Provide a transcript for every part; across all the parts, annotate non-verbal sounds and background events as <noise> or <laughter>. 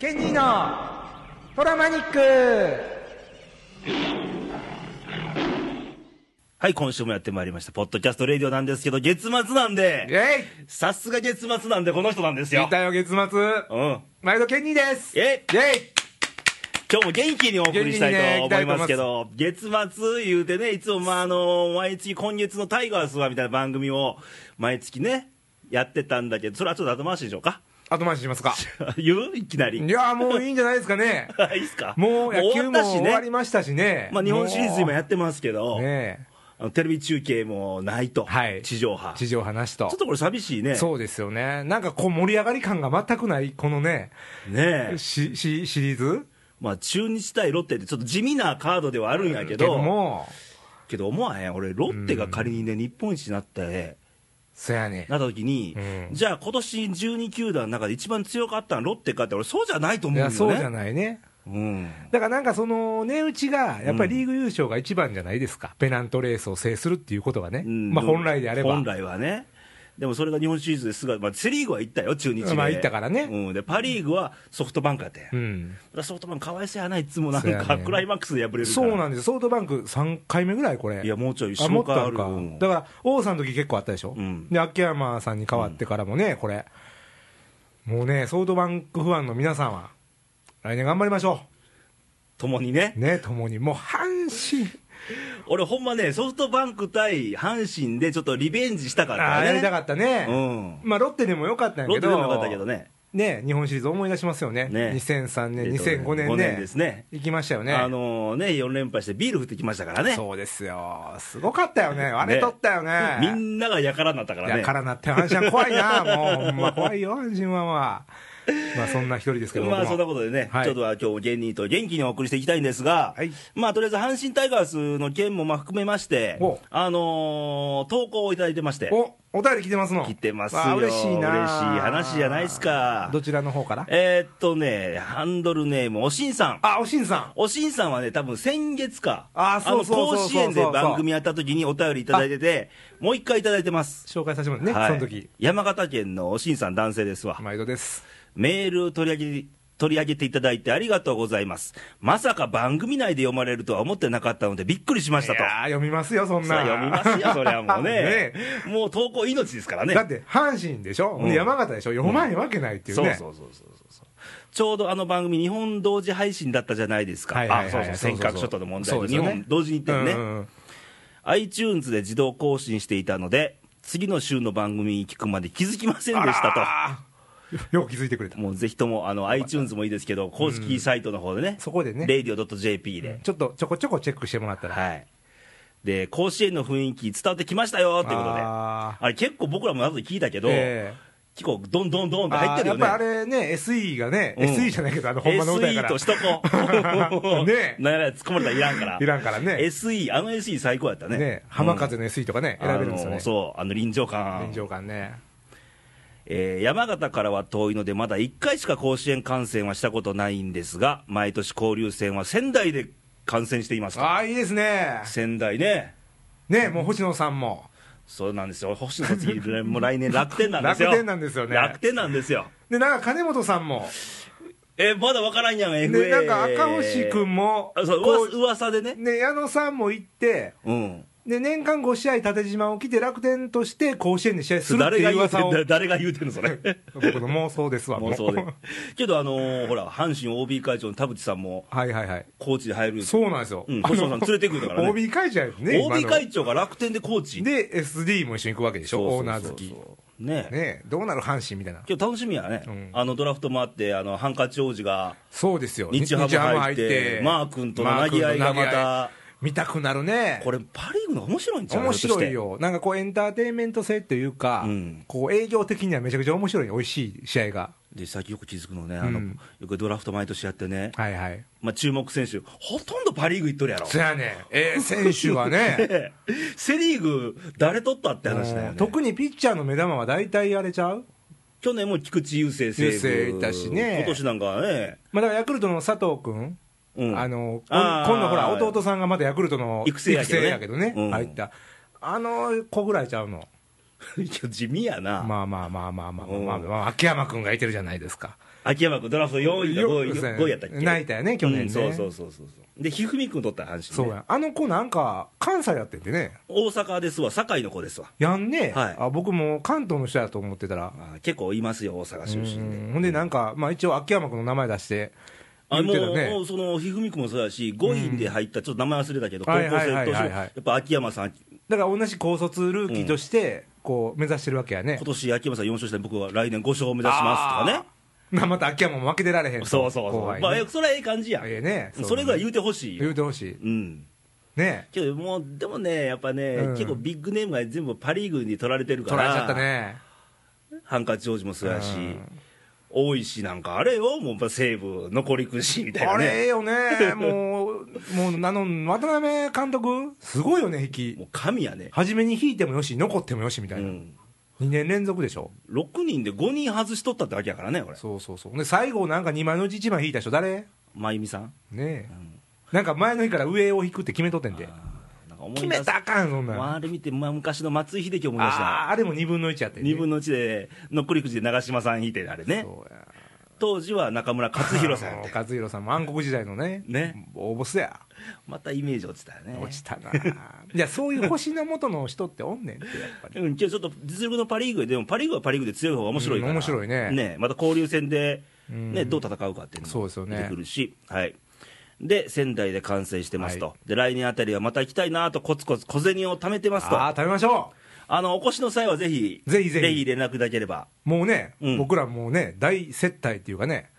SG のトラマニックはい、今週もやってまいりました、ポッドキャストレディオなんですけど、月末なんで、えいさすが月末なんで、この人なんです出よ。たよ月末うん。毎度ケニーですえイェイ今日も元気にお送りしたいと思いますけど、月末言うてね、いつもまああの、毎月今月のタイガースはみたいな番組を、毎月ね、やってたんだけど、それはちょっと後回しでしょうか <laughs> 後回ししますか言ういきないり。やもういいんじゃないですかね <laughs> いいっすかもう野球終わもったし終わりましたしねまあ、日本シリーズ今ややってますけど、ねあのテレビ中継もないと、はい地上波地上波なしとちょっとこれ寂しいねそうですよねなんかこう盛り上がり感が全くないこのねねえ、ししシリーズまあ、中日対ロッテってちょっと地味なカードではあるんやけけど、どもけど思わへん俺ロッテが仮にね、日本一になってそやねなった時に、うんじゃあ今年12球団の中で一番強かったのはロッテかって俺そうじゃないとい思うんよやねそうじゃないねうんだからなんかその値打ちが、やっぱりリーグ優勝が一番じゃないですか、ペナントレースを制するっていうことがね、うんまあ、本来であれば本、来はねでもそれが日本シリーズですが、まあ、セ・リーグは行ったよ中日でまあ行ったからねうん、でパ・リーグはソフトバンクやって、うん、ソフトバンクかわいそうやないつもなんそうやか、ねクライマックスで敗れるからそうなんですよ、ソフトバンク3回目ぐらい、これ、いやもうちょいあもっと下あるがかあるうん、だから王さんの時結構あったでしょ、うんで秋山さんに代わってからもね、これ、もうね、ソフトバンクファンの皆さんは、来年頑張りましょともにねう、ね、ともに、もう阪神、俺ほんまねソフトバンク対阪神でちょっとリベンジしたかったねあーやりたかったね、うんまあ、ロッテでもよかったんやロッけテど、でもよかったけどねね、日本シリーズ思い出しますよね、ね2003年、えっと2005年ね、 5年ですね行きましたよね、あのね4連敗してビール振ってきましたからねそうですよ、すごかったよね、あれ取ったよね、みんながやからになったからねやからなって、阪神は怖い <laughs> な、もう、ほんま怖いよ、阪神は、まあ、まあ、そんな一人ですけど、まあ僕もそんなことでね、はいちょっとは今日芸人と元気にお送りしていきたいんですが、はいまあとりあえず阪神タイガースの件もまあ含めましてお、あのー投稿をいただいてまして、おお便り来てますの、来てますわあよ、嬉しいな、嬉しい話じゃないですか、どちらの方から、えーっとね、ハンドルネーム、おしんさん。あおしんさん、おしんさんはね、多分先月か、あそうそうそうそうの甲子園で番組やった時にお便りいただいてて、もう一回いただいてます。紹介させてもらってね、はいその時山形県のおしんさん、男性ですわ。毎度です、メールを取り上げ取り上げていただいてありがとうございます。まさか番組内で読まれるとは思ってなかったのでびっくりしまいしたと。やー読みますよ、そんそりな、ゃ読みますよ、それはもうね <laughs> ね。もう投稿命ですからね。だって阪神でしょ、うん山形でしょ、読まへんわけないっていうそうね、そうそうそうそう。ちょうどあの番組、日本同時配信だったじゃないですか。はいはいはいあ、そうそう、尖閣諸島の問題そうですで、日よね本同時に行ったよね。うんうんうん iTunes で自動更新していたので、次の週の番組に聞くまで気づきませんでしたと。あらーよく気づいてくれた、もうぜひともあの iTunes もいいですけど、公式サイトの方でね、そこでね radio.jp で、ちょっとちょこちょこチェックしてもらったら、はい、で甲子園の雰囲気伝わってきましたよということで、ああれ、結構僕らも後で聞いたけーど、ええ結構、どんどんどんって入ってるよね。あーやっぱりあれね、SE がね、うん SE じゃないけど、あの、ほんまの歌や SE かとらし、とこう <laughs> ねえなんやら突っ込まれたらいらんからいらんからね、 SE あの SE 最高やったねね浜風の SE とかね、うん選べるんですよあのね、そうあの臨場感臨場感ね、えー山形からは遠いのでまだ1回しか甲子園観戦はしたことないんですが毎年交流戦は仙台で観戦していますとああ、いいですね、仙台ねね、もう星野さんも、そうなんですよ星野栃木も来年楽天なんですよ楽天なんですよね楽天なんですよで、なんか金本さんも、えーまだ分からんやん FA で、なんか赤星君も、あそうこ噂噂でねうね、矢野さんも行って、うんで年間5試合縦じまを着て楽天として甲子園で試合するって誰がいう言うて噂をん <laughs> 誰が言うてんの <laughs> それ僕の妄想ですわ妄想でもうけどあのーほら阪神 OB 会長の田淵さんも <laughs> はいはいはいコーチで入るそうなんですよ、うん星野さん連れてくるからね OB 会長やね今 OB の会長が楽天でコーチで SD も一緒に行くわけでしょオーナー好きねねええどうなる阪神みたいな今日楽しみやね、うんあのドラフトもあってあのハンカチ王子がそうですよ日ハム入ってマー君との投げ合いがまた見たくなるねこれパ・リーグの面白いんちゃう面白いよなんかこうエンターテインメント性というか、うんこう営業的にはめちゃくちゃ面白い美味しい試合がで最近よく気づくのねあの、うんよくドラフト毎年やってね、はいはいまあ、注目選手ほとんどパ・リーグいっとるやろそやねええ選手 <laughs> はねセ・リーグ誰取ったって話だようんね特にピッチャーの目玉は大体やれちゃう、去年も菊池雄星西武雄星いたしね今年なんかはね、 <laughs> まあ、だからヤクルトの佐藤君、うんあのこんあー今度ほら、弟さんがまたヤクルトの育成やけどねねうん入った、あの子ぐらいちゃうの、いや地味やな、まあまあまあまあまあまあ、まあうんまあ秋山君がいてるじゃないですか、秋山君、ドラフト4位か5位よそうやね5位やったっけ泣いたよね去年ねうんそうそうそうそう。で、ひふみ君取ったら阪そう神、ね、やあの子なんか関西やってんでね大阪ですわ、堺の子ですわ、やんね、はいあ僕も関東の人やと思ってたらあ結構いますよ、大阪出身で。うんほんでなんか、まあ、一応秋山君の名前出してあ言ってたもうもねうそのひふみ君もそうやし、5位で入った、ちょっと名前忘れたけど、高校はいはいは生いとしはても、いはいやっぱ秋山さん、だから同じ高卒ルーキーとしてこう目指してるわけやね今、年秋山さん4勝したら、僕は来年5勝を目指しますとかね、まあまた秋山も負けてられへんとそうそう後そう、輩にまあ、それはええ感じや、ええねそれぐらい言ううてほしい言よう、てほしいうん、ねけどもう、でもね、やっぱね、うん結構ビッグネームが全部パ・リーグに取られてるか取らら、れちゃったねハンカチ王子もそうやしうん、大石なんか、あれよ、もうやっぱ西武、残りくしみたいあなれええね、よねもうもうあの渡辺監督すごいよね引きもう神やね、初めに引いてもよし残ってもよしみたういな、ん、 2年連続でしょ6人で5人外しとったってわけやからね、俺、そうそうそうで最後なんか2枚のうち1枚引いた人誰真由美さん。ねえうんなんか前の日から上を引くって決めとってんでなんか思い出す決めたらあかんそんなんまあ、ああれ見て、まあ、昔の松井秀喜思いましたあーあれも2分の1やってんね2分の1でのっくりくじで長嶋さん引いてあれねそうや当時は中村勝弘さんやっもうて勝弘さんも暗黒時代のねね大ボスやまたイメージ落ちたよね落ちた <laughs> ないやそういう星の元の人っておんねんってやっぱりうん、今日ちょっと実力のパ・リーグで、でもパ・リーグはパ・リーグで強い方が面白いから、うん面白いねまた交流戦で、ねうんどう戦うかっていうのそうもですよね出てくるし、はい、で仙台で完成してますと、はで来年あたりはまた行きたいなと、コツコツ小銭を貯めてますと、あああ食べましょのお越しの際はぜひ、ぜひぜひ連絡いただければ、 <laughs> うもうね、うん僕らもうね大接待っていうかね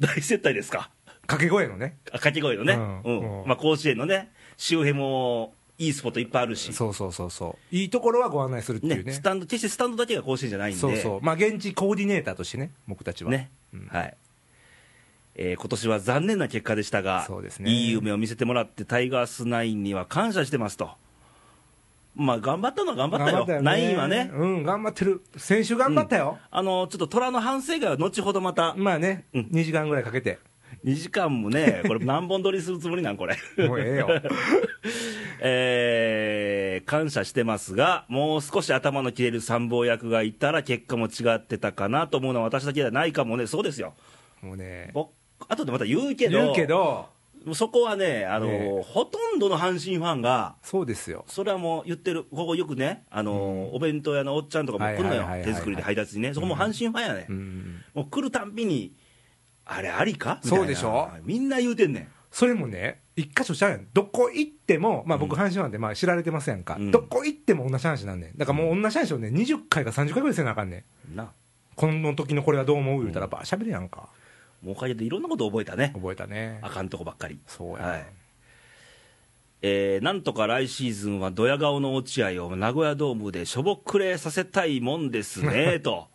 大接待ですか。掛け声のねあ掛け声のね、ううんんまあ、甲子園のね、周辺もいいスポットいっぱいあるし、そうそうそうそういいところはご案内するっていうねねスタンド、決してスタンドだけが甲子園じゃないんで、そうそうまあ現地コーディネーターとしてね僕たちはねうんはいえー今年は残念な結果でしたがそうですねいい夢を見せてもらって、タイガースナインには感謝してますと、まあ、頑張ったのは頑張ったよ、よナインはね、うん頑張ってる先週頑張ったよ、あのちょっと虎の反省会は後ほどまた、まあね、うん2時間ぐらいかけて2時間もね、これ、何本撮りするつもりなん、これ。もうええ <laughs> よえー感謝してますが、もう少し頭の切れる参謀役がいたら、結果も違ってたかなと思うのは、私だけじゃないかもね、そうですよ、もうね僕後でまた言うけど、言うけどもうそこはね、あのえほとんどの阪神ファンが、そうですよそれはもう言ってる、ここよくね、あのお弁当屋のおっちゃんとかも来るのはよいはいはいは、い手作りで配達にね、そこも阪神ファンやね、うんもう来るたんびに、あれありかみたいそなうでしょみんな言うてんねん。それもね、一箇所ちゃうやん、どこ行っても、まあ、僕、阪神ファンでまあ知られてませんか、うんどこ行っても同じ話なんねん、だからもう同じ話をね、20回か30回ぐらいせなあかんねん、なこの時のこれはどう思う言うたら、ばしゃべるやんか、もうおかげでいろんなこと覚えたね、覚えたねあ、かんとこばっかり。そうやな、はいえーなんとか来シーズンはドヤ顔の落合を名古屋ドームでしょぼくれさせたいもんです <laughs> ねと、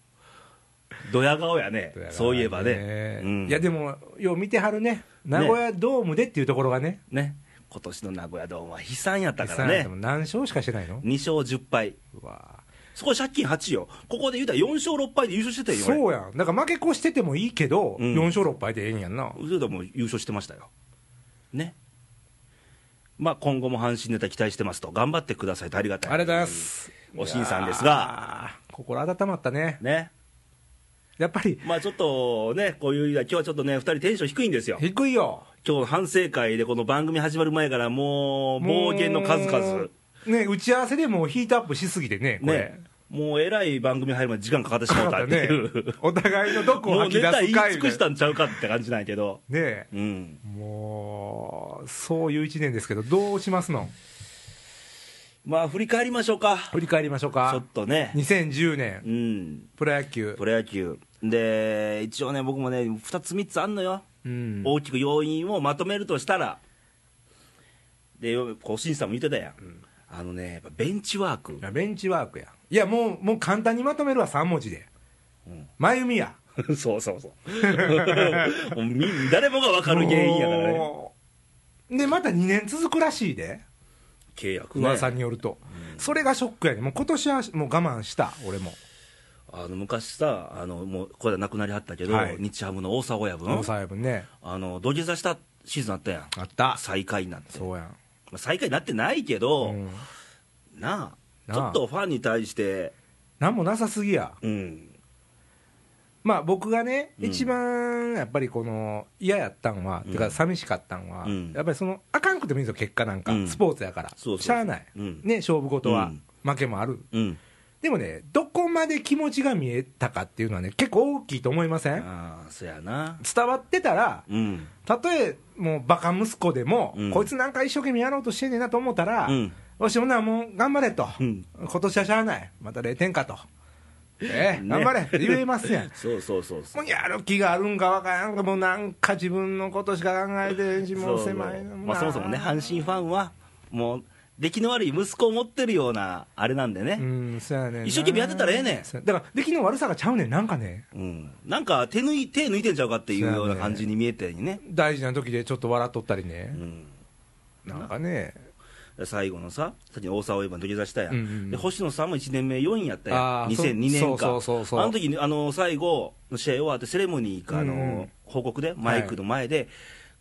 ドヤ顔やね、そういえばね、うんいや、でも、よう見てはるね、名古屋ドームでっていうところがね、ね今年の名古屋ドームは悲惨やったから実際ねで、も何勝しかしてないの、 2勝10敗、うわそこ借金8よ、ここで言うたら4勝6敗で優勝してたよ、そうやん、だから負け越しててもいいけど、うん4勝6敗でええんやんな、俺、それでもう優勝してましたよ、ね、まあ、今後も阪神ネタ期待してますと、頑張ってくださいとありがたい。ありがとうございます。おしんさんですが、あー、心温まったね、ね、やっぱりまあちょっとね、こういう、今日はちょっとね、2人テンション低いんですよ。低いよ。今日反省会でこの番組始まる前からもう暴言の数々もうね打ち合わせでもうヒートアップしすぎてねこれねもうえらい番組入るまで時間かかってしまかっかたっった <laughs> ねていう、お互いのどこをもう吐きネ出すタか言い尽くしねたんちゃうかって感じなんやけど、ねうん、もうそういう一年ですけどどうしますのまあ振り返りましょうか、振り返りましょうちょかっとね、 2010う年ん、プロ野球プロ野球、で、一応ね、僕もね、2つ、3つあんのよ、うん大きく要因をまとめるとしたら、で、こう、新さんも言ってたやん、あのね、やっぱベンチワーク <laughs> い、やベンチワークやいやもうもう簡単にまとめるわ3文字でうん真由美やそうそう <laughs> そう。もうみ誰もが分かる原因やからね。もうでまた2年続くらしいで契約ね。噂によるとそれがショックやねもう今年はもう我慢した俺もあの昔さ、あのもうこれは亡くなりはったけど、はい日ハムの大沢親分、抑え分ねあの土下座したシーズンあったやん、あった最下位になって、まそうやんあ最下位になってないけど、うんなあ、なあちょっとファンに対して、なんもなさすぎやうん、まあ僕がね、うん一番やっぱりこの嫌やったんは、うんてか寂しかったんは、うんやっぱりそのあかんくてもいいんですよ、結果なんか、うんスポーツやから、そうそうそうしゃあない、うんね、勝負事は、うん負けもある、うんでもね、どこまで気持ちが見えたかっていうのはね、結構大きいと思いませんああそやな伝わってたら、うんたとえもうバカ息子でも、うんこいつなんか一生懸命やろうとしてんねんなと思ったら、うんよし、ほんならもう頑張れと、うん今年はしゃあない、また0点 <laughs> かと、ええね頑張れって言えますや <laughs> ん。そうそうそうそもううやる気があるんかわからんか、もうなんか自分のことしか考えてへんし、もうそう狭いなまあ、そもそもね阪神ファンはもう出来の悪い息子を持ってるようなあれなんでねうん、そうやねんな一生懸命やってたらええねんそうだから、出来の悪さがちゃうねん、なんかね、うん、なんか手抜い手抜いてんちゃうかっていうような感じに見えてねね、大事な時でちょっと笑っとったりねう、ん、なんかね、最後のささっきの大沢を今土下座したやん、うんうんで星野さんも1年目4位やったやあんー2002年かそうそうそうそうあの時にあの最後の試合終わってセレモニーかあの、うんうん報告でマイクの前で、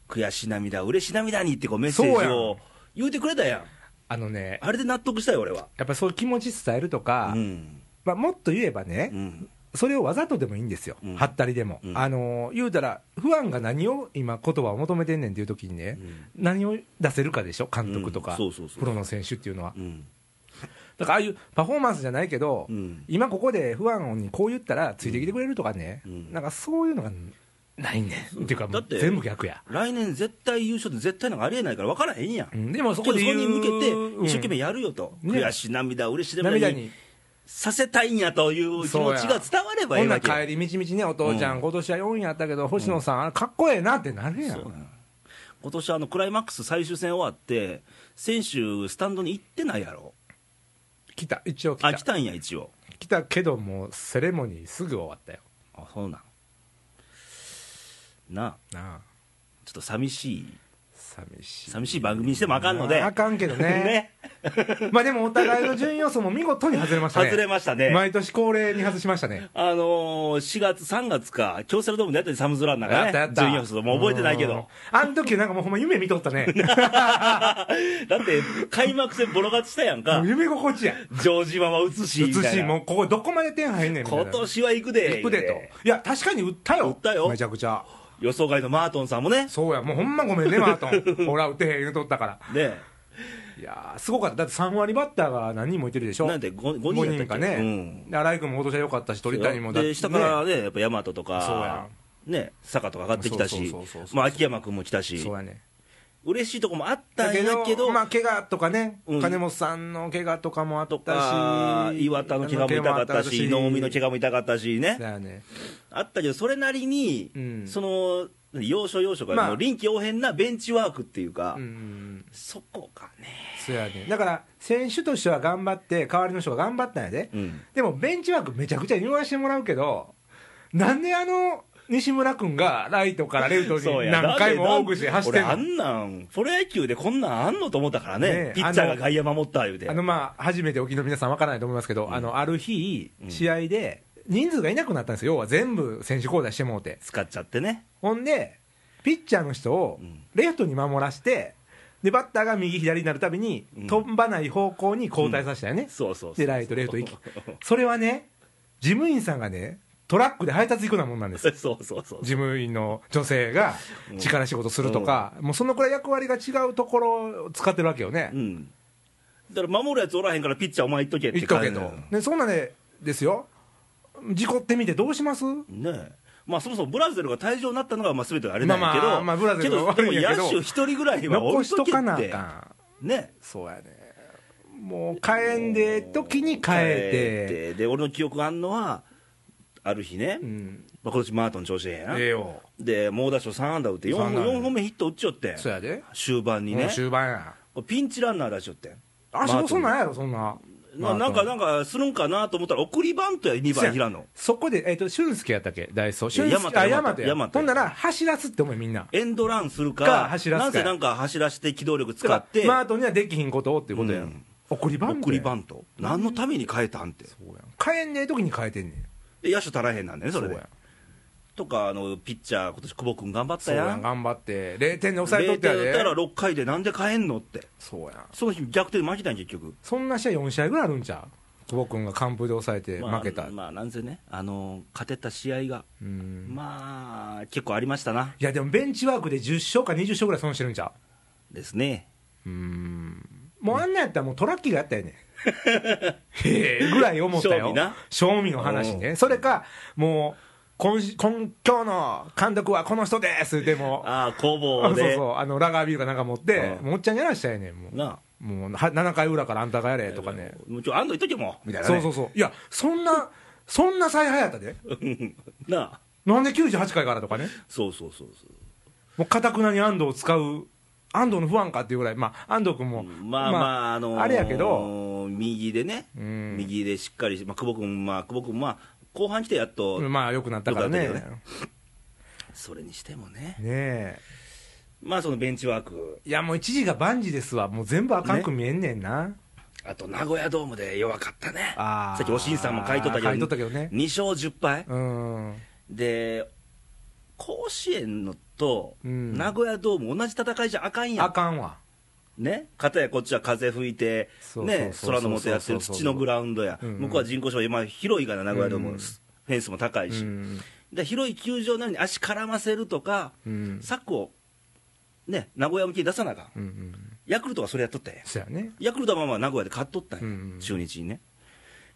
悔し涙嬉し涙にってこうメッセそーうジやをん言うてくれたやんあのね、あれで納得したよ俺はやっぱりそういう気持ち伝えるとか、うんまあ、もっと言えばね、うんそれをわざとでもいいんですよ、うんはったりでも、うんあのー言うたら、不安が何を今、言葉を求めてんねんっていう時にね、何を出せるかでしょ、監督とうかんそうそうそう、プロの選手っていうのはう。んだからああいうパフォーマンスじゃないけど、うん今ここで不安にこう言ったらついてきてくれるとかね、うんなんかそういうのがないねんっていうかだって全部逆や、来年絶対優勝って絶対なんかありえないから分からへんやん、うんでもそそここでで言うに向けて一生懸命うんやるよと、ね悔し涙嬉し涙涙ににさせたいんやという気持ちが伝わればいこいんなわけ帰り道々ねお父ちゃん、うん今年は4位やったけど星野さん、あれかっこええなってなるやそうんなん今年あのクライマックス最終戦終わって選手スタンドに行ってないやろ来た一応来あた来たんや一応来たけどもうセレモニーすぐ終わったよあそうなんなあなあちょっと寂しい寂しい寂しい番組にしてもあかんのでああかんけ <laughs> どねまあでもお互いの順位予想も見事に外れましたね外れましたね毎年恒例に外しましたねあのー、4月3月か京セラドームでやったりサムズランなんかやねったやった。準優勝もう覚えてないけどうん。あの時なんかもうほんま夢見とった <laughs> ね。だって開幕戦ボロ勝ちしたやんもかう夢心地や。城島は移しみ移たいし、なもうここどこまで点入んねんみたいな。今年は行くで行くでと。いや、確かに売ったよ。売ったよめちゃくちゃ。予想外のマートンさんもねそうや、もうほんまごめんね、マー <laughs> トン。ほら、打てへん言うとったから。ねいやー、すごかった。だって3割バッターが何人もいてるでしょ。なんで 5, 5人人やったかっけね。で荒井君も今年は良かったし、うん、鳥谷もだで下からねやっぱ大和とそうやかね坂とか上がってきたしそうそうそうそうそうまあ秋山君も来たねしそうやね。嬉しいとこもあっだたんやけけどど、まあ、怪我とかね、うん金本さんの怪我とかもあっとかたし、岩田の怪我も痛かったし井上の怪我我も痛かったしそうねやね。あったけどそれなりに、うんその要所要所がまあもう臨機応変なベンチワークっていうか、うんそこかね、そやねだから選手としては頑張って代わりの人が頑張ったんやで、でもベンチワークめちゃくちゃ言わしてもらうけどなんであの西村君がライトからレフトそうにや何回も大口で走ってん俺あのんなんプロ野球でこんなんあんのと思ったからねねえピッチャーが外野守った言うてあのまあ初めてお聞きの皆さんわからないと思いますけど、あのある日試合で人数がいなくなったんですよ要は全部選手交代してもうて使っちゃってねほんでピッチャーの人をうんレフトに守らせてでバッターが右左になるたびにうん飛ばない方向に交代させたよね、そうそうそでう、ライト、レフト行きそれはね、事務員さんがね、トラックで配達行くようなもんなんですよ、そうそうそう事務員の女性がうん力仕事するとか、もうそのくらい役割が違うところを使ってるわけよねう、ん、だから守るやつおらへんからピッチャーお前行っとけって言っとけ感とじ、でそんなね、ですよ、事故ってみてどうしますだよねえまあそもそもブラゼルが退場になったのがまあ全てあれなんやけど、まあまあまあブラゼルがけど悪いんやけどでも野手一人ぐらいは置残いしととけかなっあてかん、ねそうやね、もう帰んでええ時に帰えて、で俺の記憶があんのはある日ね、うん、まあ、今年マートン調子ええやん、ええよ、で猛打賞3安打打って4三安打本四本目ヒット打っちよってんそうやで、終盤にもうね終盤や、ピンチランナー出しよってんあそこそんなんいやろ、そんな。ななんかなんかするんかなと思ったら送りバントやそ2う番や平野そこで、えっと俊介やったっけ、ダイソー、俊いや大介和あ大和大和や大和ほんなら、走らすって思い、みんな。エンドランするか、か走らすかなぜなんか走らせて機動力使だっからて、マートにはできひんことをっていうことやうんん。送りバントやん。送りバント、何のために変えたんって、そうやん。変えんねえ時に変えてんねん。で野手足らへんなんだね、そそうれやでん。。とか、あのピッチャー、今年久保君頑張っそたうややん。ん、頑張って。0点で抑えと0ってや点打でった。ら6回でなんで変えんのって、そうやん。その日、逆転負けたんや結局、そんな試合4試合ぐらいあるんちゃう久保君が完封で抑えてまあ負けた、まあ、なんせね、あの勝てた試合が、うんまあ、結構ありましたないやでもベンチワークで10勝か20勝ぐらい損してるんちゃですね、ううんもうあんなんやったらもうトラッキーがやったよねへえぐらい思った正よ味な <laughs> 正味の話うねそれかもう今し今今日の監督はこの人ですでもああ、攻あ防そうで、そうあのラガービールかなんか持ってうんもうおっちゃんやらしたよねもうなもうは7回裏からあんたがやれとかねあもうちょ、安藤いっとけもう、みたいな、そうね、そうそういやそんなそんな采配やったで <laughs> なあ、なんで98回からとかねそうそうそうそう。もうかたくなに安藤を使う安藤の不安かっていうぐらいまあ安藤君もまあまあ、あのーあれやけど右でね、うん右でしっかりし、まあ、久保君、まあ、久保君、まあ、後半来てやっと、まあ良くなったからね良かったけねそれにしてもね、えまあ、そのベンチワーク、いやもう一時が万事ですわもう全部赤く見えんねんな、あと名古屋ドームで弱かったね、あーさっきおしんさんも書いとったけど、書いとったけどね2勝10敗、うんで、甲子園のと、うん名古屋ドーム、同じ戦いじゃあかんやあん、かんわね、片やこっちは風吹いて、そうそうそうね、そう空の下やってる土のグラウンドや、うんうん向こうは人工芝、今、広いから、名古屋ドーム、うんフェンスも高いうし。んで広い球場なのに足絡ませるとか、うん策を、ね、名古屋向きに出さなあかん、うんうんヤクルトはそれやっとったんやそやねヤクルトはまあまあ名古屋で勝っとったんや、うん中日にね。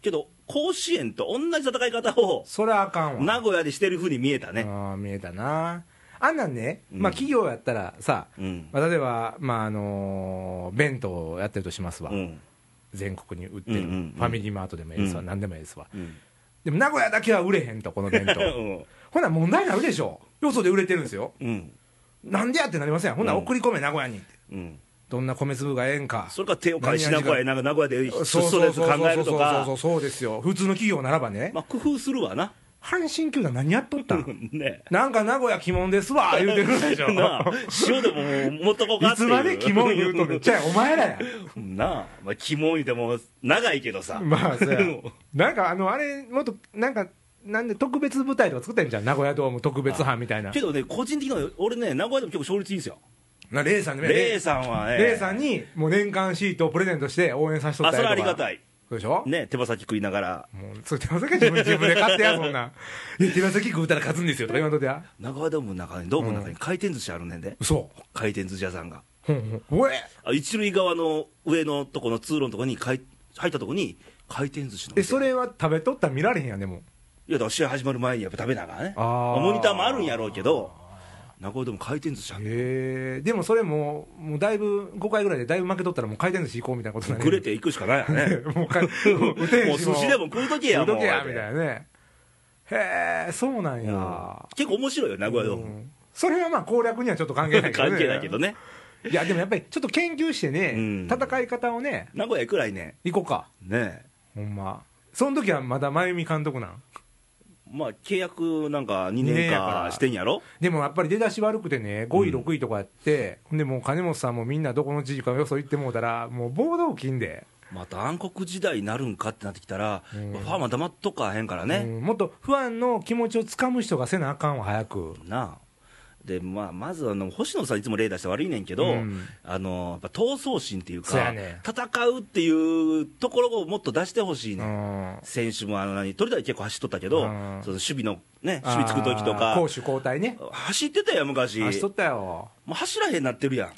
けど、甲子園と同じ戦い方をそれはあかんわ名古屋でしてるふうに見えたね、ああ見えたなあんなんね、うんまあ企業やったらさ、うんまあ、例えば、まああのー弁当をやってるとしますわ、うん全国に売ってる、うんうんうんファミリーマートでもええですわ、うん何でもええですわうんでも名古屋だけは売れへんとこの弁当うほな問題になるでしょよそで売れてるんですよんなんでやってなりませんほなうん送り込め名古屋にってうん、どんな米粒がええんかそれから手を返し名古屋へ名古屋で出そう走そう列そう考そうえそうるとそうそかう、そうですよ普通の企業ならばね、まあ、工夫するわな、阪神球団何やっとったんね、なんか名古屋鬼門ですわ言うてるでしょ <laughs> なあ、塩でも持っとこうかいってついうまで鬼門言うとるじゃあお前らや <laughs> なあ、まあ、鬼門言うても長いけどさ、まあそやも <laughs> なんかあのあれもっとなんかなんで特別舞台とか作ってんじゃん名古屋ドーム特別班みたいなけどね、個人的には俺ね、名古屋でも結構勝率いいんですよ、なレイさんにねレイさんはね、レイさんにもう年間シートをプレゼントして応援させとあっそたれりとかはありがたい、そうでしょ、ね、手羽先食いながら、もうそれ手羽先自分自分で買って <laughs> やそんないや手羽先食うたら勝つんですよとか言わんとでや名古屋ドームの中に、ドームの中に回転寿司あるねんで、嘘回転寿司屋さんが、ほんほんおえあ一塁側の上のとこの通路のとこに回、入ったとこに、回転寿司の店えそれは食べとったら見られへんやんでもいやだから試合始まる前にやっぱ食べながらね、あーモニターもあるんやろうけど、名古屋ドーム回転寿司あるへえでもそれもうもうだいぶ5回ぐらいでだいぶ負けとったらもう回転寿司行こうみたいなことになくれていくしかないよね。 <laughs> もうか、もう打てへ <laughs> もんうし寿司でも食うとけや、やもう。どけやみたいなねへえそうなんや、結構面白いよ、名古屋ドーうム。んそれはまあ攻略にはちょっと関係ないけどね <laughs> 関係ないけどね。いやでもやっぱりちょっと研究してね、うん戦い方をね名古屋くらいね、行こうかねえほんまその時はまだ真由美監督なんまあ契約なんか2二年年やからかしてんやろでもやっぱり出だし悪くてね5位6位とかやって、ほんでもう金本さんもみんなどこの知事かよそ行ってもうたらもう暴動金で、また暗黒時代になるんかってなってきたら、うんファーマー黙っとかへんからね。うんもっと不安の気持ちをつかむ人がせなあかんわ早くなあ。で、まあ、まずあの、星野さんいつも例出して悪いねんけど、うんあの、やっぱ闘争心っていうそか、やね戦うっていうところをもっと出してほしいねん。うん選手もあの何、鳥谷結構走っとったけうんど、その守備のね、守備つくときとあーか攻、守交代ね走ってたよ、昔。足取ったよもう走らへんなってるやん、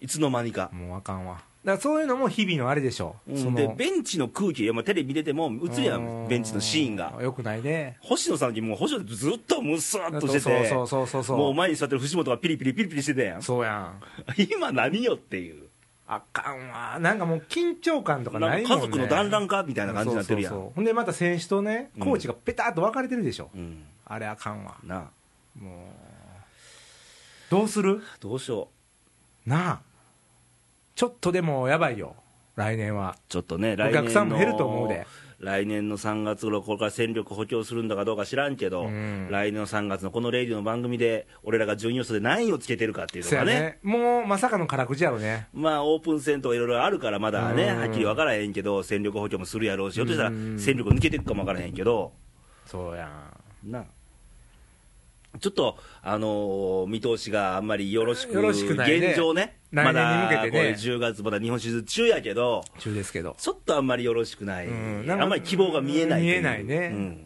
いつの間にか。もうあかんわだからそういうのも日々のあれでしょうんそので、ベンチの空気、いやまあ、テレビ出ても映るやん、ベンチのシーンが。よくないね星野さんの時もう星野ずっとむすーっとしてて、そうそうそうそうそうもう前に座ってる藤本がピリピリピリピリしてたやん、そうやん <laughs> 今何よっていう、あかんわなんかもう緊張感とかなないもんん、ね、か家族の団らんかみたいな感じになってるやん、そううそうそうほんでまた選手とねコーチがペタッと分かれてるでしょ、ん、あれあかんわなもうどうするあ、どうしよう、なあちょっとでもやばいよ来年はちょっとね、お来年の客さんも減ると思うで来年の3月頃、これから戦力補強するんだかどうか知らんけど、うん来年の3月のこのレディオの番組で、俺らが準優勝で何位をつけてるかっていうのそうがやねねもうまさかの辛口やろねまあ、オープン戦とかいろいろあるから、まだね、うんはっきり分からへんけど、戦力補強もするやろうし、ひょっとしたらうん戦力抜けていくかも分からへんけど、そうやんなちょっと、あのー見通しがあんまりよろしく、よろしくないね現状ね、来ま年だに向けてねこれ10月、まだ日本シリーズ中やけど、中ですけど、ちょっとあんまりよろしくない、うんなんかあんまり希望が見えないとう見えないねうん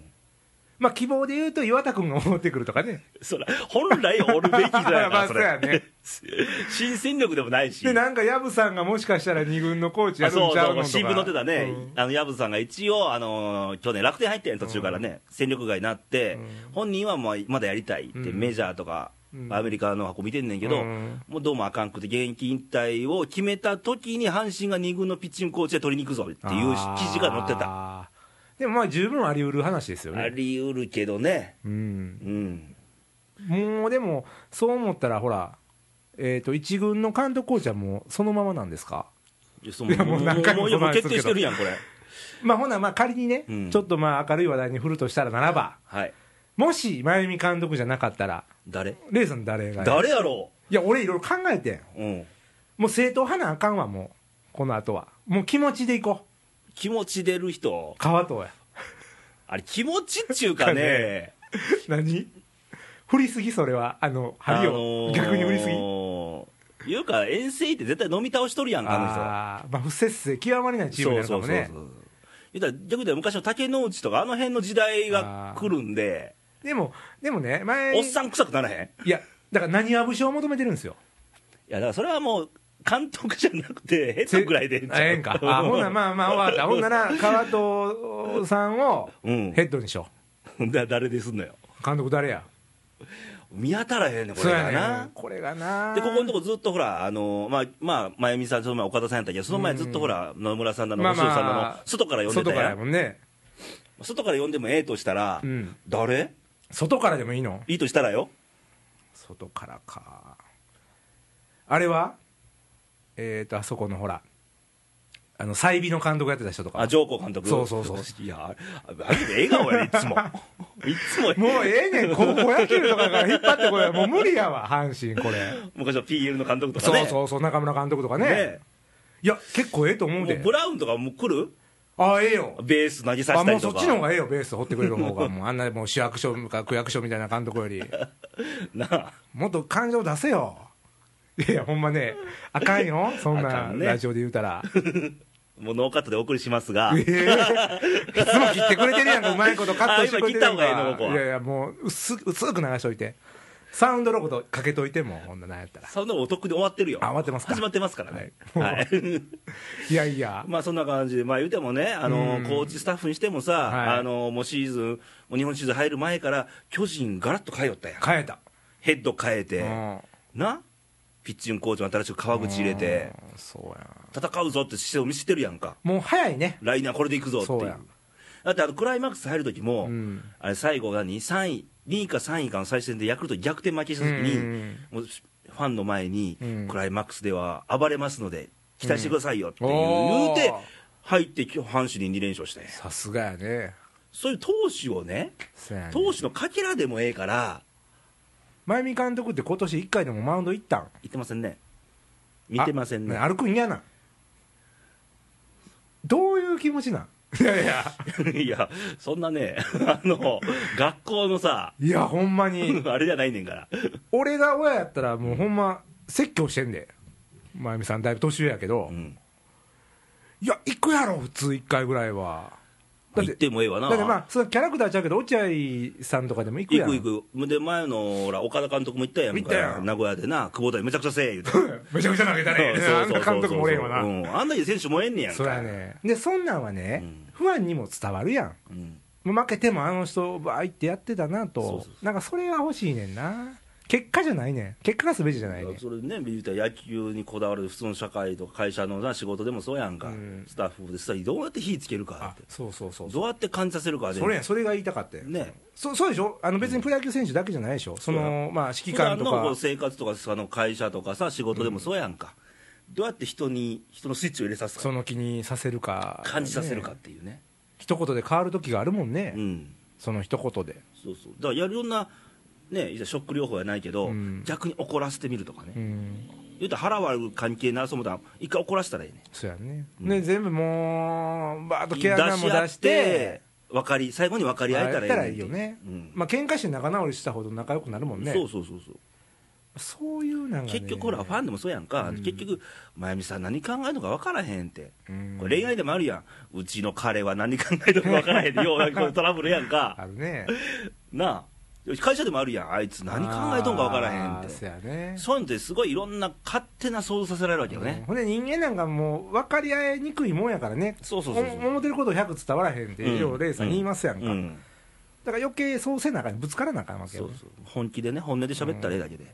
まあ、希望で言うと、岩田君が戻ってくるとかね、そら本来おるべきじゃない <laughs> まあかそれ、そうやね <laughs> 新戦力でもないしでなんか薮さんがもしかしたら二軍のコーチやあるんそうちゃうのそう、とか、新聞載ってたね、うんあの薮さんが一応、あのー去年、楽天入ってん途中からね、戦力外になって、本人はまあまだやりたいって、うんメジャーとか、うんアメリカの箱見てんねんけど、うんもうどうもあかんくて、現役引退を決めた時に、阪神が2軍のピッチングコーチで取りに行くぞっていう記事が載ってた、あた。でもまあ十分あり得る話ですよね。りうるけどね、うん、うん、もうでも、そう思ったら、ほら、えー、と一軍の監督コーチはもうそのままなんですか、いやそのいやもう何回ももういやもう決定その話すしるけどてるやん、これ、まあ、ほな、まあ仮にね、うんちょっとまあ明るい話題に振るとしたらならば、はい、もし真由美監督じゃなかったら、誰、レイさん、誰が誰やろいや、俺、いろいろ考えてん、う、うん、もう正統派なあかんわ、もう、この後は、もう気持ちでいこう、気持ち出る人、川藤 <laughs> や、あれ、気持ちっちゅうかね。何振りすぎ、それは、あの針を、逆に振りすぎ。ぎいうか遠征行って絶対飲み倒しとるやんかああーまあ、不節制、極まりないのチ人ームにそなうるかもそうそうねそ。う言ったら逆に言ったら昔の竹之内とかあの辺の時代が来るんででも、でもね、前おっさん臭くならへんいや、だから何は武将を求めてるんですよ。いやだからそれはもう監督じゃなくてヘッドぐらいでええんちゃうええんか。あ、ほんならまあまあ終わった。ほんなら、川藤さんを <laughs> うんヘッドにしよだ誰ですんのよう。監督誰や見当たらへんねんこそうれやがねなんこれがな。でここのとこずっとほら、あのまあ、まあ、真由美さん、その前、岡田さんやったけど、その前ずっとほら、野村さんだの、まあま星あ野さんだの、外から呼んで外たからややんもんね。外から呼んでもええとしたら、うん誰外からでもいいのいいとしたらよ、外からか。あれはえっ、ー、と、あそこのほら、あの、済美の監督やってた人とかあ。上皇監督、そうそうそういや、ああれ笑顔やね、い <laughs> つも、いつも、もうええねん、高校野球とかから引っ張ってこれ、もう無理やわ、阪神、こ <laughs> れ。昔の PL の監督とかそね、うそうそう、中村監督とかね。ねいや、結構ええと思もううで。ブラウンとかもう来るああ、ええよ。ベース投げさあせもたりうそとっか、ちの方がええよ、ベース掘ってくれる方が、もうあんなもう市役所か区役所みたいな監督より、 <laughs> なあもっと感情出せよ、いやいや、ほんまね、あかんよ、そんあかなんねラジオで言うたら、もうノーカットでお送りしますが、ええいつも切ってくれてるやんか、うまいことカットしてくれてるやんかあ今切った方がええのここはいやいや、もう薄く薄く流しといて、サウンドのことかけといて、もう、ほんななんやったら、そんなのお得で終わってるよ、あ終わってますか始まってますからね。はいはい <laughs> いやいや、まあそんな感じで、まあ言うてもね、あのうんコーチスタッフにしてもさ、はいあのもうシーズン、もう日本シリーズン入る前から、巨人、ガラッと変えよったやん、変えた、ヘッド変えて、うんな、ピッチングコーチも新しく川口入れて、うんそうやん戦うぞって姿勢を見せてるやんか、もう早いね、来年はこれでいくぞっていそううや。だってあのクライマックス入る時も、うんあれ最後何、3位、2位か3位かの最終戦でヤクルト逆転負けした時に、うんもうファンの前に、うんクライマックスでは暴れますので、期待してくださいよっていう、うん言うておー、入って今日阪神に2連勝して、さすがやね、そういう投手をね、そうやね投手のかけらでもええから、真由美監督って今年1回でもマウンド行ったん言ってませんね、見てませんねあ、歩くん嫌なんどういう気持ちなんいやいや <laughs> いや、そんなね、 <laughs> あの学校のさ、いやほんまにあれじゃないねんから、 <laughs> 俺が親やったらもうほんま説教してんで真由美さんだいぶ年上やけど、うん、いや行くやろ普通1回ぐらいはだっ行っててもええわな。だってまあそのキャラクターちゃうけど落合さんとかでも行く行やんく行く、で前のほら岡田監督も行ったやん行ったやか、ん名古屋でな、久保田にめちゃくちゃせえ <laughs> 言うて、めちゃくちゃ投げたねあんな監督もおれんわな、うんあんだけ選手もええんねやんかそりゃねでそんなんはね、うん不安にも伝わるやんうんもう負けてもあの人、バーいってやってたなと、そうそうなんかそれが欲しいねんな、結果じゃないねん、結果がすべてじゃないねん、それね、言うたら野球にこだわる普通の社会とか会社のな仕事でもそうやんか、うんスタッフでさ、どうやって火つけるあかって、そうそうそうそう、どうやって感じさせるかで、それやんそれが言いたかったよ、ね、そそうでしょ、あの別にプロ野球選手だけじゃないでしょ、そそうのまあ指揮普官段とのこかう、生活とかその会社とかさ仕事でもそうやんか、どうやって人に人のスイッチを入れさすそかの気にさせるか、感じさせるかっね、ていうね一言で変わる時があるもんね、うんその一言で、そうそうだからやるようなねショック療法やないけど、うん逆に怒らせてみるとかね、うん、言うたら腹割る関係ならそう思ったら一回怒らせたらいいねそうやね、ね全部もう、バーっと毛穴も合出して、分かり最後に分かり合えたら会えいいたらいいよねうんまあ喧嘩して仲直りしたほど仲良くなるもんねそうそうそうそうそういうなんか、ね、結局ほらファンでもそうやんか、うん結局真由美さん何考えるのか分からへんって、うんこれ恋愛でもあるやんうちの彼は何考えるのか分からへ <laughs> んってようなんかこうトラブルやんあかるねなあ会社でもあるやんあいつ何考えとんか分からへんあっーそてやねそういうのってすごいいろんな勝手な想像させられるわけようんね、ほんで人間なんかもう分かり合いにくいもんやからねそうそうそうそうお思ってること100伝わらへんってうんようレイさん言いますやんか、うんだから余計そうせなあかんぶつからなあかんわけそようそう本気でね本音で喋ったらええだけで、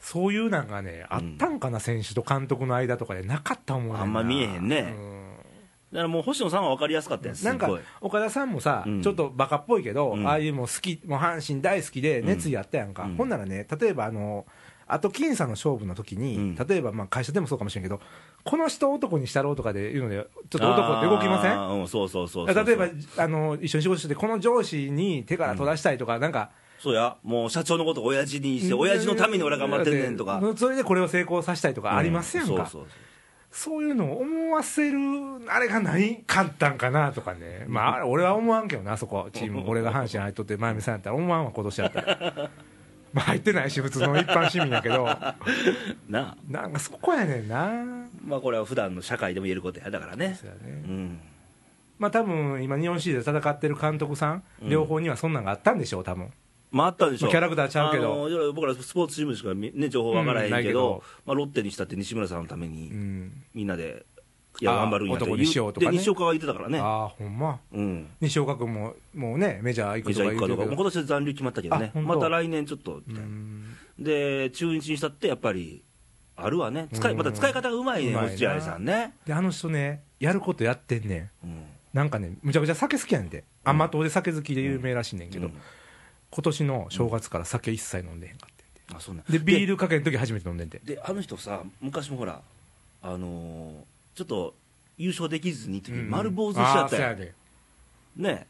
そういうなんかね、あったんかな、選手と監督の間とかで、なかったもんねなあんま見えへんねうんだからもう星野さんは分かりやすかったやんすなんかごい岡田さんもさ、うんちょっとバカっぽいけど、うんああいうもう好き、もう阪神大好きで、熱意あったやんか、うんほんならね、例えばあの、あと僅差の勝負の時に、うん例えばまあ会社でもそうかもしれんけど、この人男にしたろうとかで言うので、ちょっと男って動きませんあーうんそうそうそうそう例えばあの一緒に仕事してて、この上司に手から取らしたいとか、なんか、そうやもう社長のこと親父にして親父のために俺頑張ってんねんとかだってそれでこれを成功させたいとかありますやんか、うそうそうそういうのを思わせるあれがないかったんかなとかね、まああれ、俺は思わんけどな、そこ、チーム、俺が阪神入っとって、前見さんやったら、思わんわ、今年やったら。 <laughs> まあ入ってないし、普通の一般市民やけど、 <laughs> なあなんかそこやねんな、まあこれは普段の社会でも言えることやだからねそうやうねんまあ多分今、日本シリーズで戦ってる監督さん、うん両方にはそんなんがあったんでしょう、多分まああったでしょキャラクターちゃうけどあの僕らスポーツチームしかみね情報わからへんうんないけけどどまあロッテにしたって西村さんのためにうん、みんなでいやあー頑張るんやと男言うにしようとかねで西岡が言ってたからねああ、ほんま、うん西岡君ももうね、メジャー行メくジとャかー行言くうてるかどうけかもうど今、年は残留決まったけどねあ本当また来年ちょっとみうたいなんで中日にしたってやっぱりあるわね使いうんまた使い方がうまいねうまいな落合さんねであの人ねやることやってんねんうんなんかねむちゃくちゃ酒好きやねんでん甘党で酒好きで有名らしいねんけど、うん今年の正月から酒一切飲んでへんかってあそうなんでビールかけの時初めて飲んでんてであの人さ昔もほらあのーちょっと優勝できずにっていう丸坊主しちゃったうんあーそうやんやでね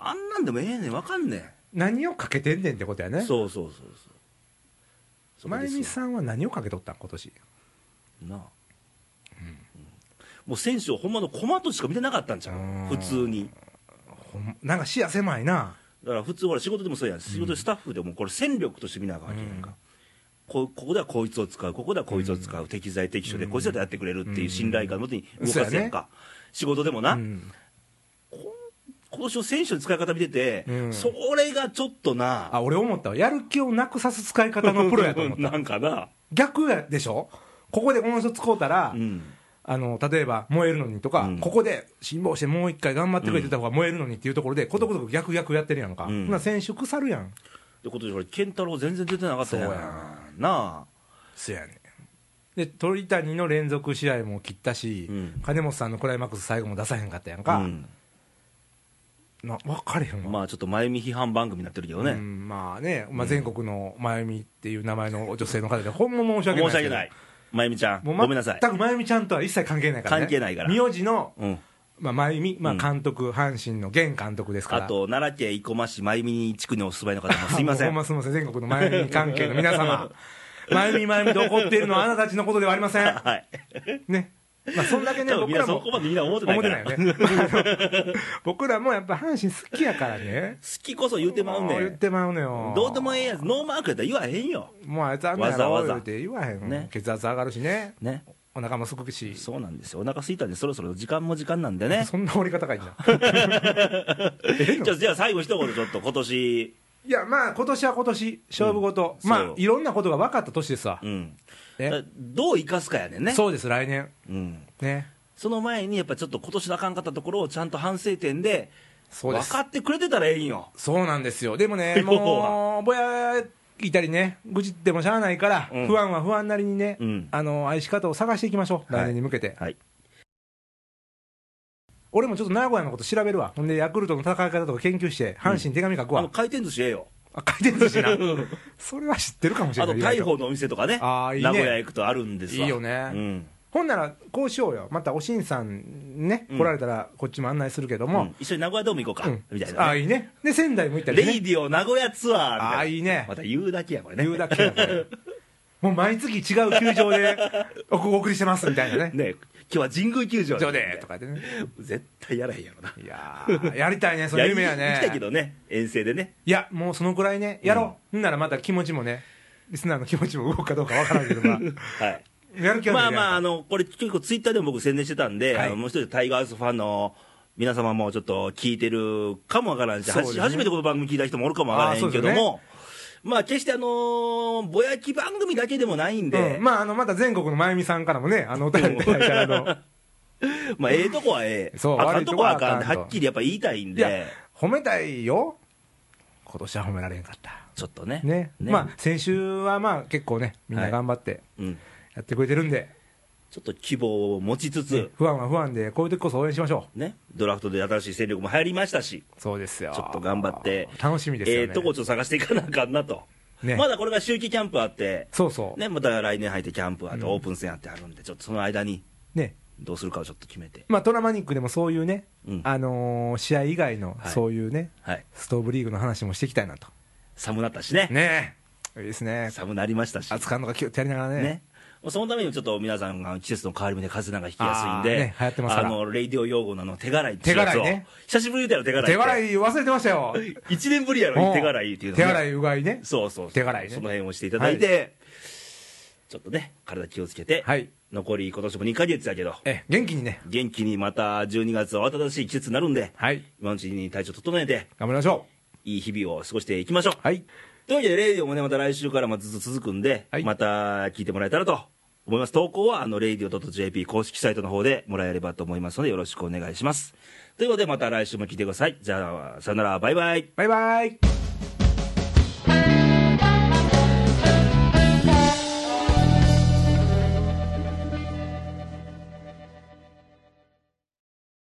あんなんでもええねんわかんね何をかけてんねんってことやんねそうそうそうそう前見んさんは何をかけとったん今年なあうんもう選手をほんまのコマとしか見てなかったんちゃううん普通にほんなんか視野狭いなだから普通ほら仕事でもそうやん仕事でスタッフでもこれ戦力として見なあかんわけやんか、うんこここではこいつを使うここではこいつを使う、適材適所でうんこいつだとやってくれるっていう信頼感のもとに動そうかやすねやんか、仕事でもな、うんこん今年の選手の使い方見てて、うんそれがちょっとなあ俺思ったわやる気をなくさす使い方のプロやと思った <laughs> なんかな、逆やでしょここでこの人使うたら、うんあの例えば燃えるのにとか、うんここで辛抱してもう一回頑張ってくれてた方が燃えるのにっていうところで、ことごとく逆逆やってるやんか、うんほな選手腐るやんで今年ほら健太郎全然出てなかったやんそうやななあそやねで鳥谷の連続試合も切ったし、うん金本さんのクライマックス最後も出さへんかったやんか、うんな分かれへんわ、まあちょっと真由美批判番組になってるけどね、うんまあね、まあ、全国の真由美っていう名前の女性の方でほんま申し訳ない申し訳ない真由美ちゃんもうごめんなさい全く真由美ちゃんとは一切関係ないから、ね、関係ないから名字の、うんまあ、真由美、まあ、うん監督、阪神の現監督ですからあと奈良県生駒市真由美地区にお住まいの方もすいませあ <laughs> んもうほんますいません、全国の前由美関係の皆 <laughs> 様、前由美前由美と怒っているのはあなたたちのことではありません。はいね。まあ、そんだけね、多分僕みんならそもこまでみんな思ってな思いっかてらないよね。 <laughs> まああの僕らもやっぱ阪神好きやからね。好きこそ言うてまうねも言っんてまうのよ。どうでもええやつノーマークやったら言わへんよもうあいつあんなやわろざわざ言うて言わへんもんね血圧上がるしね。ねお腹もすくくし。そうなんですよお腹空いたんでそろそろ時間も時間な <laughs> んでねそんな折り方がいいな。じゃあじゃあ最後一言ちょっと今年いや、まあ、今年は今年、勝負事。うんまそあう、いろんなことが分かった年ですわう。んねだどう生かすかやねんねそうです、来年。うんね。その前にやっぱちょっと今年のあかんかったところをちゃんと反省点でそう分です。かってくれてたらええんよそうなんですよ、でもね、 <laughs> 要はもう、ぼやいたりね、愚痴ってもしゃあないから、うん不安は不安なりにね、うんあの愛し方を探していきましょう、はい来年に向けて、はい俺もちょっと名古屋のこと調べるわ、ほんで、ヤクルトの戦い方とか研究して、阪神手紙書くあわ、の回転寿司ええよあ回転寿 <laughs> 司な、それは知ってるかもしあれなとい、意外大鵬のお店とかねあーいいね名古屋行くとあるんですわいいよねうんほんなら、こうしようよ、またおしんさんね、うん来られたら、こっちも案内するけども、うん一緒に名古屋ドーム行こうか、うんみたいあな、あ、ね、いいね、で、仙台も行ったりレイね、ディオ名古屋ツアーみたいなああ、いいね <laughs> ま、た言うだけやこれね言うだけやこれもう毎月違う球場でおお送りしてますみたいなね <laughs> ね今日は神宮球場以上でとかでね絶対やらへんやろないやーやりたいねその夢や <laughs> いやね行きたいけどね遠征でねいやもうそのくらいねやろう、ん、ならまた気持ちもねリスナーの気持ちも動くかどうかわからんけど <laughs> まあはいやる気はねまあまあ、あやるの、これ結構ツイッターでも僕宣伝してたんで、はいあのもう一人タイガースファンの皆様もちょっと聞いてるかもわからんし、そうはですじね初めてこの番組聞いた人もおるかもわからへあーそんうでけすどよねも、まあ決してあのーぼやき番組だけでもないんからで、うんままああのまた全国のまゆみさんからもねあのお便りいただいたあ <laughs> のあ、ええとこはええ、そうあかんとこはあか悪いとこはあかんって、んとはっきりやっぱ言いたいんいやで、褒めたいよ今年は褒められへんかったちょっとね。ねまあ先週はまあ結構ねみんな頑張ってうんやってくれてるんで、ちょっと希望を持ちつねつ、不安は不安でこういう時こそ応援しましょね、ドラフトで新しい戦力も入りましたし、うそうですよちょっと頑張って楽しみですよね、ええとこちょっと探していかなあかんなと。ねまだこれが秋季キャンプあって、そうそうねね、また来年入ってキャンプあって、うんオープン戦あってあるんで、ちょっとその間にどうするかをちょっと決めて、まあトラマニックでもそういうね、うんあのー試合以外のはいそういうね、はい、ストーブリーグの話もしていきたいなと寒なったしね、ねえいいですね寒なりましたし、熱燗とかキュッてやりながらねね、もうそのためにもちょっと皆さんが季節の変わり目で風邪なんかひきやすいんあーでね、流行ってますからあのレイディオ用語のあの手洗いってやつ手を、洗いね久しぶりだよ、手洗いって。手洗い忘れてましたよ1年ぶりやろ、手洗いっていうの、ね、手洗いうがいねそうそうそう手洗いねその辺をしていただいて、ちょっとね、体気をつけて、はい残り今年も2か月やけど、え元気にね元気にまた12月は慌ただしい季節になるんで、はい今のうちに体調整えて、頑張りましょいい日々を過ごしていきましょう。うはいというわけで、レイディオもね、また来週からもずっと続くんで、はいまた聞いてもらえたらと思います。投稿は、あの、radio.jp 公式サイトの方でもらえればと思いますので、よろしくお願いします。ということで、また来週も聞いてください。じゃあ、さよなら、バイバイ。バイバイ